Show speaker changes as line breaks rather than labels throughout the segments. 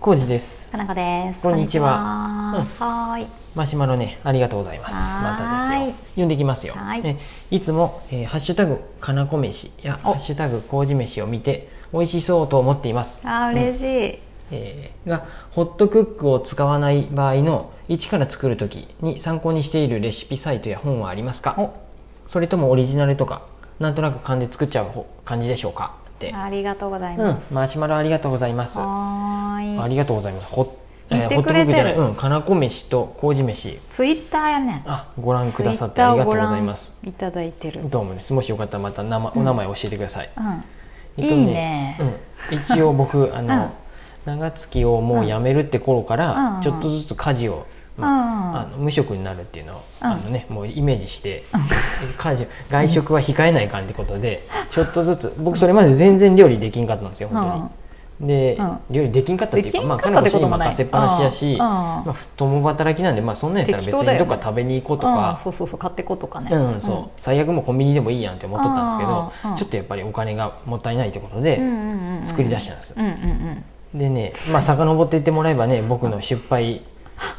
コウジです。
かなこです。
こんにち
は
は
はーい。
マシュマロね、ありがとうございます。ま
はー
たです
い
よ。読んでいきますよ。
はい
ねいつも、えーハッシュタグかなこ飯やハ
お
ッシュタグ麹飯を見て美味しそうと思っています。
あー
うん
嬉しい。
えーがホットクックを使わない場合の一から作る時に参考にしているレシピサイトや本はありますかそれともオリジナルとかなんとなく勘で作っちゃう方感じでしょうかって、
ありがとうございうま
ん
す。、
マシュマロありがとうございますあ
はーい。
りがとうございますホ,、
見
ホ
て
ットク
く
ッ
れてる
クじゃない、うん、かなこ飯と麹飯
ツイッターやねん。
あご覧くださって
ツイッ
あ
ターを
りがとうございます
ご覧いただいてる。
どうもですもしよかったらまた名前、
うん
お名前教えてください、
うん。
えっと
いいね
うん、一応 僕あの、
うん
長月をもう辞めるって頃から、
うん
ちょっとずつ家事を、
うん。
まああ
あ
の無職になるっていうのを、
うん
あのね、もうイメージして、家事外食は控えないかんってことで、ちょっとずつ僕それまで全然料理できんかったんですよ本当に。で、
うん
料理できんかったっていうか
できん
ま
か
あ
っ
彼
た
女
ってこ
に
ともない
任せっぱなしやし、
うん
まあ、共働きなんで、まあ、そんなんやったら別
適当だ
に
よ
ど
ね
っか食べに行こうと
うん
か。
そうそうそう買ってこうとかね。
うん、そう、最悪もうコンビニでもいいやんって思っとったんですけど、
うんうん
ちょっとやっぱりお金がもったいないってこと
うん。
で、
うんうんうん。
作り出したんです
うんうんうん。
でねまあ遡っていってもらえばね僕の失敗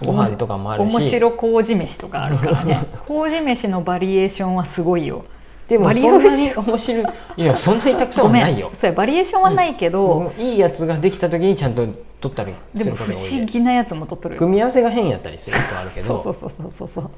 ご飯とかもあるし
面白麹飯とかあるから ね麹飯のバリエーションはすごいよ
でも
バリ
そ
エ
ん
ー
な
シ
に面白いいやそんなにたくさん
ご
は
めん
ないよ
そうやバリエーションはないけど、
僕もいいやつができた時にちゃんと取ったりす
で
る
も
こと
不
が多い
思
で
議なやつも取っとるよ
組み合わせが変やったりすることはあるけ
そうそう
ど
そうそうそうそう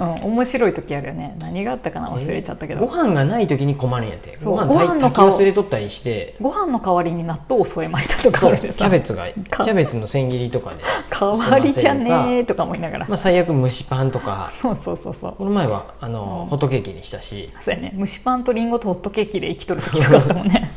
うん
うん、面白い時あるよね何があったかな忘れちゃったけ
ご
ど、
飯がない時に困るんやって
そう
ご飯
ご
炊
飯
き炊
の
き
顔
忘れとったりして
ご飯の代わりに納豆を添えましたとか
そ
あ
う
る
キ
で
ャ
さ
ベツがキ
か
ャベツの千切りとか で、
代わりじゃねえとかも言いながら、
まあ、最悪蒸しパンとか
そうそうそうそう
この前はあの、
うん
ホットケーキにしたし
そうやね蒸しパンとリンゴとホットケーキで生きとる時とかあったも んね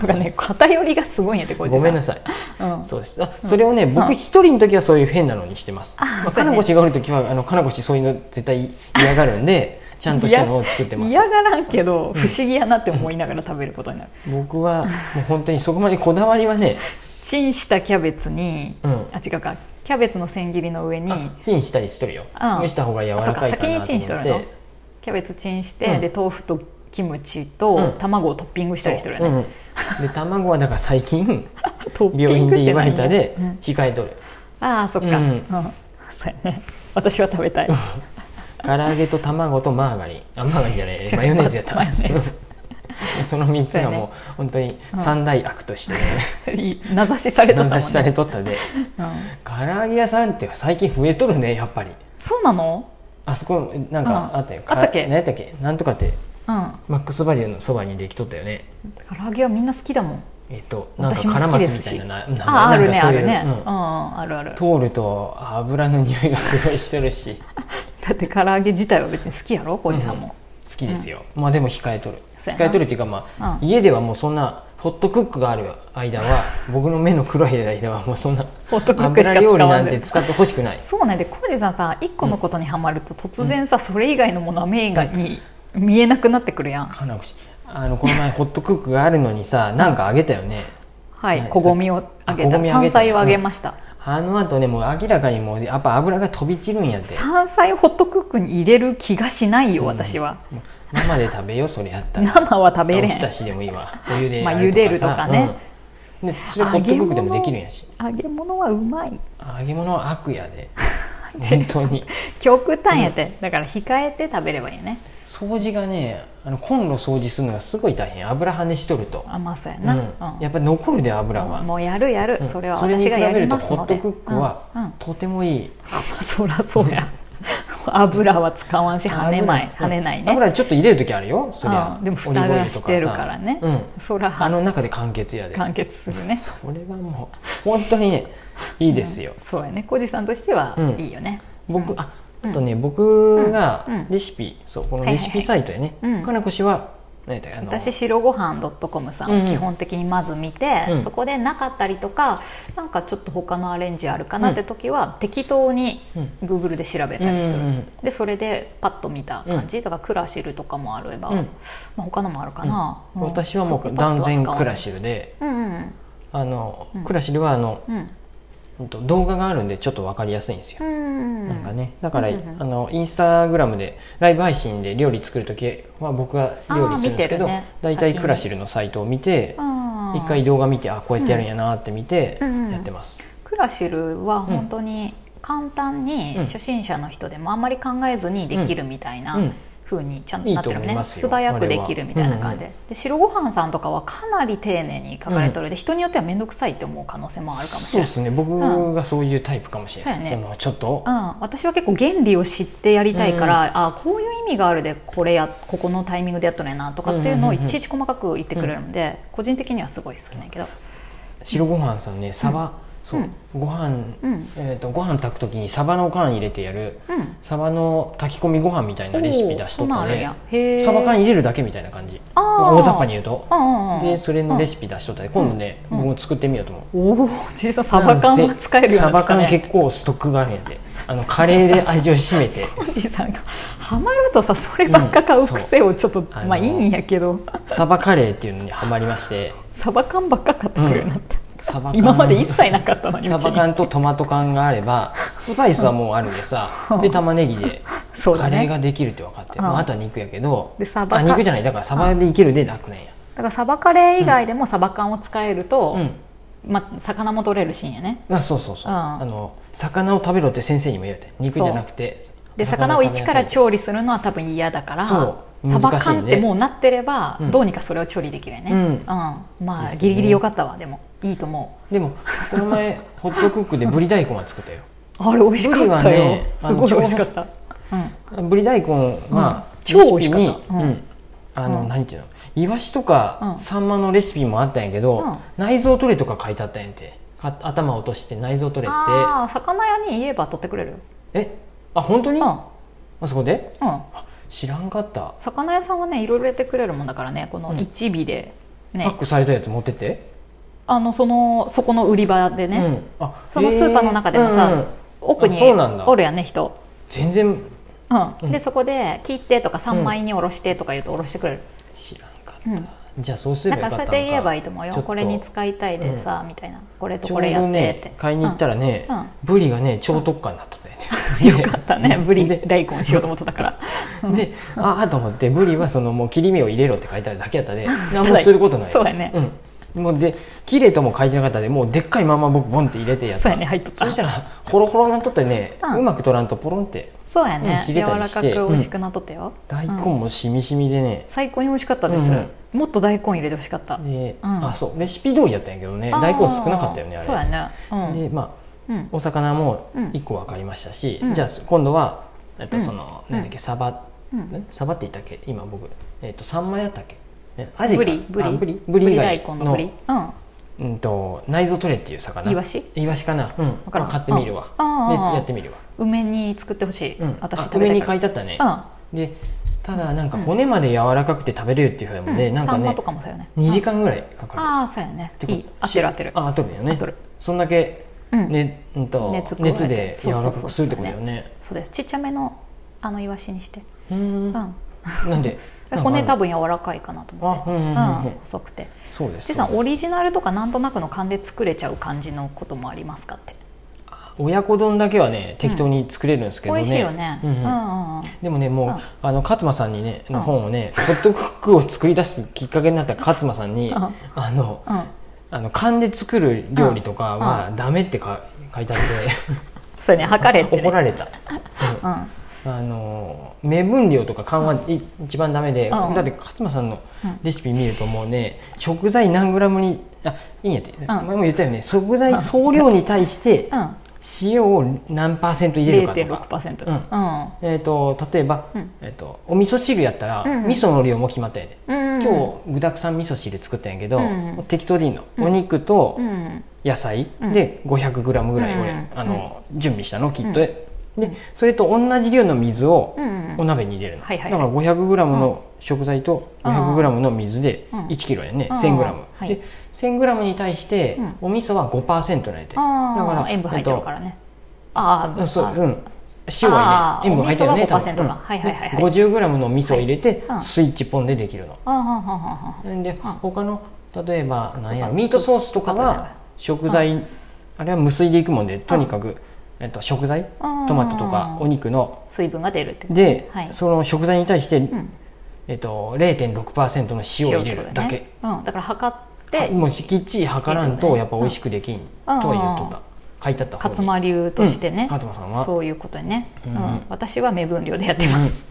とかね偏りがすごいんやってこ
ごめんな
さ
さい
い、うん、
そうですあそれをね僕
うん
一人の時はそういう変なのにしてます、
あ
まあ、
そう
か
ね
なこしがおる時はあのかなこしそういうの絶対嫌がるんでちゃんとしたのを作ってます
嫌がらんけど不思議やなって思いながら食べることになる、
僕はもう本当にそこまでこだわりはね、
チンしたキャベツに、
うん、
あ違うかキャベツの千切りの上に
あチンしたりしてるよ、
うん
蒸した方が柔らかいかなと
あそうか先にチ
思
ンしと
っ
る
て
のキャベツチンして、
うん
で豆腐とキムチ
う
と
ん
卵をトッピングしたりしてるよね、
そううんで卵はだから最近
トッピングって
病院で言われたで
何うん
控えとる
ああそっか、
う
うんんそうやね私は食べたい
唐揚げと卵とマーガリンあマーガリンじゃない マヨネーズやった
マヨネーズ
その3つがもう本当に三大悪と してね、
いい名指しされと
名
ったもん、ね、
指しされとったで
うん
唐揚げ屋さんって最近増えとるねやっぱり
そうなの
あそこなんか
うん
あったよ、
あったっけ
か何やったっけなんとかって
うん
マックスバリューのそばにできとったよね
唐揚げはみんな好きだもん
えっとなんか
私も
カラ
好
マ
きで
ツみ
す
た
し
いなな名前
あある
なん
ね
かそう
あ
いう
るね
う
うんん、あるある
通ると油の匂いがすごいしてるし
だって唐揚げ自体は別に好きやろ浩二さんも、
好きですよ、まあでも控えとる
そうやな
控えとるっていうかまあ、
うん
家ではもうそんなホットクックがある間は僕の目の黒い間はもうそんな
ホットクックしか
油
使わんで
料理なんて使ってほしくない
そうねで浩二さんさ一個のことにはまると突然さ、それ以外のものは目がに見えなくなってくるやん
かなこしあのこの前ホットクックがあるのにさなんかあげたよね
は
はい
い小ごみをあげ
小ご
た
みあげた
山菜をあげました、
あの後ねもう明らかにもうやっぱ油が飛び散るんやって
山菜をホットクックに入れる気がしないよ、
うん
私は
もう生で食べようそれやったら
生は食べれ
おひた
ん
しでもいいわお湯で
まあ
やる
茹でるとかね、
うんでそれホットクックでもできるんやし
揚げ物はうまい
揚げ物は悪や で本当に
極端やて、だから控えて食べればいいね
掃除がねあのコンロ掃除するのがすごい大変油跳ねしとると、
甘さや
う
な、
ん
うん
やっぱり残るで油は、
もうやるやる、
うん
それは
に
私
比
が
べ
やり
ると
ます
ホッ
ので
トクック
うんうん
はとてもいい、
まあそらそ うや油は使わんし跳ねない
油
跳ねないね
油ちょっと入れる時あるよそりゃ
うんでも
オリー
蓋
ブオイル
が
とさ
してるからね
うん
そら
あの中で完結やで
完結するね
それはもう本当にねいいですよ、
そうやね小路さんとしては
うん
いいよね、
僕
うん
ああとね、僕が
うん
レシピ、そうこの
はいは
レ
いはい
シピサイトやね、
うん
かなこ氏は何やったっけあの
私白ご飯 .com さ
うんうん
んを基本的にまず見て、
うん
そこでなかったりとかなんかちょっと他のアレンジあるかなって時は、適当に
うん
Google で調べたりしてる、
うんうんうん
でそれでパッと見た感じ、だからクラシルとかもあれば、
うん
まあ、他のもあるかな、うん
私はもう断然クラ
ル
シルで
うんうん
あの、
うん
クラシルはあの、
うん
うんと、動画があるんでちょっと分かりやすいんですよ、
うん
なんかねだから、
うんうんうん
あのインスタグラムでライブ配信で料理作る時は僕が料理するんですけど
あー見てるね
大体、クラシルのサイトを見て
うんあー
一回動画見てあこうやってやるんやなって見て
うんうん
やってます、
クラシルは本当に簡単に
うん
初心者の人でもあんまり考えずにできるみたいな、
うん
風にちゃんとなってるよ
いいと思い
ね
ますよ
素早くできるみたいな感じで,、で白ご飯さんとかはかなり丁寧に書かれてるで、人によっては面倒くさいって思う可能性もあるかもし
そうで
れない。
すね僕がそういうタイプかもしれないです、
そうやね
そのちょっと
う、ん、私は結構原理を知ってやりたいから、あこういう意味があるでこれやここのタイミングでやっとるやなとかっていうのを
うんうんうん
いちいち細かく言ってくれるので、個人的にはすごい好きなんやけど、
白ご飯さんねサバ、そう、ご飯、
うん
えー、とご飯炊く時にサバの缶入れてやる
うん、
サバの炊き込みご飯みたいなレシピ出しとったね
ね
サバ缶入れるだけみたいな感じ
あー
まあ大雑把に言うと
うんうんうん
でそれのレシピ出しとったね今度ね、
うん
僕も作ってみようと思う
おお小さんサバ缶は使えるよう
サ
にな
バ
ってきた
缶
ね
結構ストックがあるんやであのカレーで味を占 めて
おじさんがハマるとさそればっか買う癖をちょっと、
あの
まあいいんやけど
サバカレーっていうのにはまりまして
サバ缶ばっか買ってくるようになった、
サバ缶
今まで一切なかったのに
サ
うち
バ
に
缶とトマト缶があればスパイスはもうあるんでさ、
うん
で玉ねぎで
そうだ
カレー
ね
ができるって分かって、
うん
まあ、あとは肉やけど
でサ
あ
バ
肉
缶
じ
だ
ゃないだからサバでいけるで楽なんや、
からサバカレー以外でもサバ缶を使えると、
うん
まあ、魚も取れるシーンやね
あそうそうそう、
うん
あの魚を食べろって先生にも言われて肉じゃなくて
で魚を一から
理
調理するのは多分嫌だから、
そう
サ
難しいね
バ缶ってもうなってれば、
うん
どうにかそれを調理できるよね、
うん
ま
です
あ
ね
ギリギリよかったわでもいいと思う
でもこの 前ホットクックでぶり大根は作ったよ
あれ美味しかった
ブリは
よ、
ねあ
す
の
ごい美味しかった、うん、
ぶり大根は、
うん超美味しかった
レシピに
うん
うんあの、
うん
何ていうのイワシと
う
か
ん
サンマのレシピもあったんやけど、
うん
内臓取れとか書いてあったんやんてか頭落として内臓取れって
ああ魚屋に言えば取ってくれるよ
えあ本当に、あ
う
そこで
ん、うん、
知らんかった、
魚屋さんはねいろいろやってくれるもんだからねこ
う
の
ん
1尾でね、
パックされたやつ持ってって、
あのそのそこの売り場でね、
うんあ
そのスーパーの中でもさ
へーうんうん
奥に
あそうなんだ
おるやんね人、
全然
う
うん
ん、でそこで切ってとか3枚におろしてとか言うとおろしてくれる、
知らんか
うん
ったじゃあそうすれ
な
ばよ
ん
か
か
った
そ
の
う
か
やって言えばいいと思う
ちょ
よ
っ
これに使いたいでさ、みたいなこれと
ちょ
こ
う
れやっ
ど
てって、
ね買いに行ったらね、
うんうん
ブリがね超特価になっとったよね
よかったねぶり
で
大根しようと思ってたから
でああと思ってブリはそのもう切り身を入れろって書いてあるだけや ったで 何もすることない
そうやね、
うん、もうで切れとも書いてなかったでもうでっかいまま僕ボンって入れてやっ
そう
た
やね入っとった
そしたらホロホロになっとってね、
う
うんまく取らんとポロンって
そうやね、
うん切
柔
れた
ら
り
か
し
く
て
美味しくなっとったよ、
大根
うん
もしみしみでね、
最高に美味しかったです、
うんうん
もっと大根入れてほしかった、
で、
うん
あそうレシピ通りだったんやけどね大根少なかったよねあれ
そうやねうん
でま
うん
あお魚も
うん
1個分かりましたし、
うん
じゃあ今度は、えっ
う
と、
ん
その、なんだっけサバ、
うん
んサバって言ったっけ今僕、えっと、サンマやったっけねアジか
ブリブ
あ
リ
ブリブリ以外
大根のブリうん
うんと内臓取れっていう魚
イワシ
イワシかなうん
わから
ま
ん
あ買ってみるわ
うん
で
うんうん
やってみるわ、
梅に作ってほしい、
うん、
私
あ
食べ
上
たい
に
か
書いてあったね、
ら
でただなんか
うん
骨まで柔らかくて食べれるっていうふう
う
なんので、
うん
なん
サ
か
ンマ
ね
とかもそうよね
2時
間
間ぐらいかかる、
ああそうやね
てこ
い
と
い合ってる合ってる
あ合ってるよね
合っとる
そんだけ、
うん
ねうんと
熱加えて
熱で柔らかくするってことだよね
そうですちっちゃめのあのイワシにして
うーん
うん
なんでなんかあ
骨
る
多分柔らかいかなと思っ
あ
て
うんうん
う
うんうん
ん細くて
そうです
ちさ
そ
ん
う
オ
です
リジナルとかなんとなくの勘で作れちゃう感じのこともありますかって
親子丼だけはね適当に作れるんですけ
美
どね
味しいよね
うんうん
うんうんうん
でもねもう、
うん
あの勝間さんにねの
うん
本をね、ホットクックを作り出すきっかけになった勝間さんに、
うん
あの
うん
あの勘で作る料理とか
う
はダメってか書いてあっ
そうやね測れって
て
ね
怒られ た、うん
うん
あの目分量とか勘はい一番ダメで、
うん
だって勝間さんのレシピ見るともうね食材何グラムにあいいんやって、前も言ったよね食材総量に対して
うん
塩を何パーセント入れるかとか、
0.6%
うん
う
えー、と例えば、
うん
えー、とお味噌汁やったら、
うん
味噌の量も決まったんやで、
ん
今日具沢山味噌汁作ったんやけど、
うん
もう適当でいいの、お肉と
うん
野菜
うん
で 500g ぐらい俺、
うん
あの準備したのきっとで、でそれと同じ量の水を
うん
お鍋に入れるの、
はいはい
だから 500g の食材と 500g の水で
うん
1kg やね、
うん
1000g、
はい
で 1000g に対して
うん
お味噌は5%なんやて、だ
あ
か
あ
ら
塩分入ってるからねあ
うん
あ
そう、
あ
うん。塩は
あー
入れない塩分入ってるよね。
お味噌は5%
多分
かはいはいはいはい
うん50グラムの味噌を入れて
はいうん
スイッチポンでできるの。
ああああああ
で
うん
他の例えばなんやろミートソースとかは食材あれは無水でいくもんでとにかくえっと食材
ああ
トマトとかお肉の
水分が出るってこと
で
はい
その食材に対して
うん
えっと0.6%の塩を入れるだ
ね
け。
うん、だから測て
もうきっちり測らん
いいと
と
ね
やっぱ美味しくできんと
うん
は言っとった書いてあった方
勝間流としてね、
勝間さんは
そういうことにね、
う
うんん私は目分量でやってます、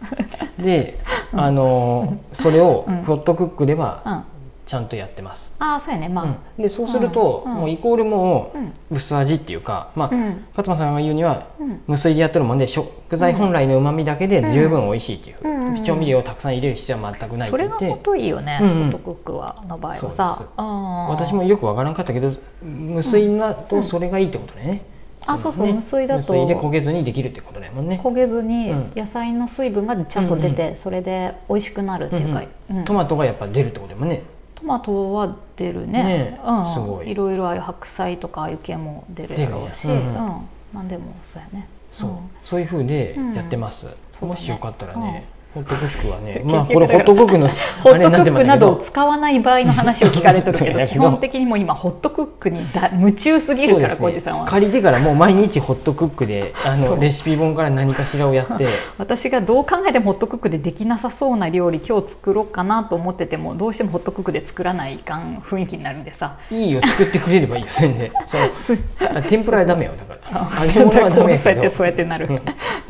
で、あの ーそれを
うん
ホットクックで
うん
は
あ
ちゃんとやってます、
あそうやねまあ、
うんでそうすると、
うんうん
もうイコールも
うん
う薄味っていうか、まあ
うん
勝間さんが言うには
うん
無水でやってるもんで食材本来のうまみだけで十分美味しいっていう、
うんうんうんうん
調味料をたくさん入れる必要は全くないっ
そ
て
れ
言
が
っ
本
て
当いいよね、
う
ホ
んうん
ットクックはの場合は
そう
さ
です私
私
もよくわからんかったけど無水だとそれがいいってことだよね、
あそうそう
ね
無水だと
無水で焦げずにできるってことだもんね
焦げずに
うん
野菜の水分がちゃんと出て、
うん
それで美味しくなるっていうか、うん
トマトがやっぱ出るってことだもんね
トマトは出るね
ね
うん、
すごい
ろいろああいう白菜とかああいう系も出るやろうし、
出
う
る
ん
ねうんうん
なんでもそうやね
そう、
ん
そういうふうでやってます、
そうだ
も
ね
しよかったらね、ホットクックはね
結局
まあこれ
だ
ホ
から
ットクックの
ホ
ホ
ットクックなどを使わない場合の話を聞かれてるけ
そう
ど
やけど
基本的にもう今ホットクックにだ夢中すぎるから浩次、さんは
借りてからもう毎日ホットクックであ
そ
の
う
レシピ本から何かしらをや って
私がどう考えてもホットクックでできなさそうな料理今日作ろうかなと思っててもどうしてもホットクックで作らないかん雰囲気になるんでさ
いいよ作ってくれればいいよそれでそ の
す
あ天ぷらはダメよだから揚げ
だ
物は
から
ダ
こ
メ
う
や
そ
け
うやっ
ど
てそうやってなる、
うん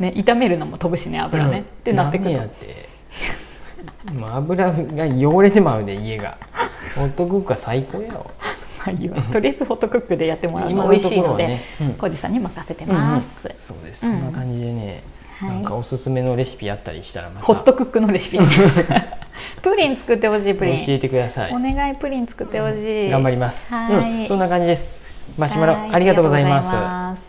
ね、炒めるのも飛ぶしね油ね、
うん
ってなってく
ダメ
る
やって もう油が汚れてまうで家がホットクックは最高やろ
まあいいわとりあえずホットクックでやってもらう
今
の
の
美味しい
ところ
の
は
で
ねうん
浩次、さんに任せてます、
うんうんそうです、
うん
そんな感じでね、
はい
なんかおすすめのレシピあったりしたらまた
ホットクックのレシピプリン作ってほしいプ
教
リン
えてください
お願いプリン作ってほしい、
頑張ります、
はい
うんそんな感じですマシュマロありがとうございます
ありがとうございます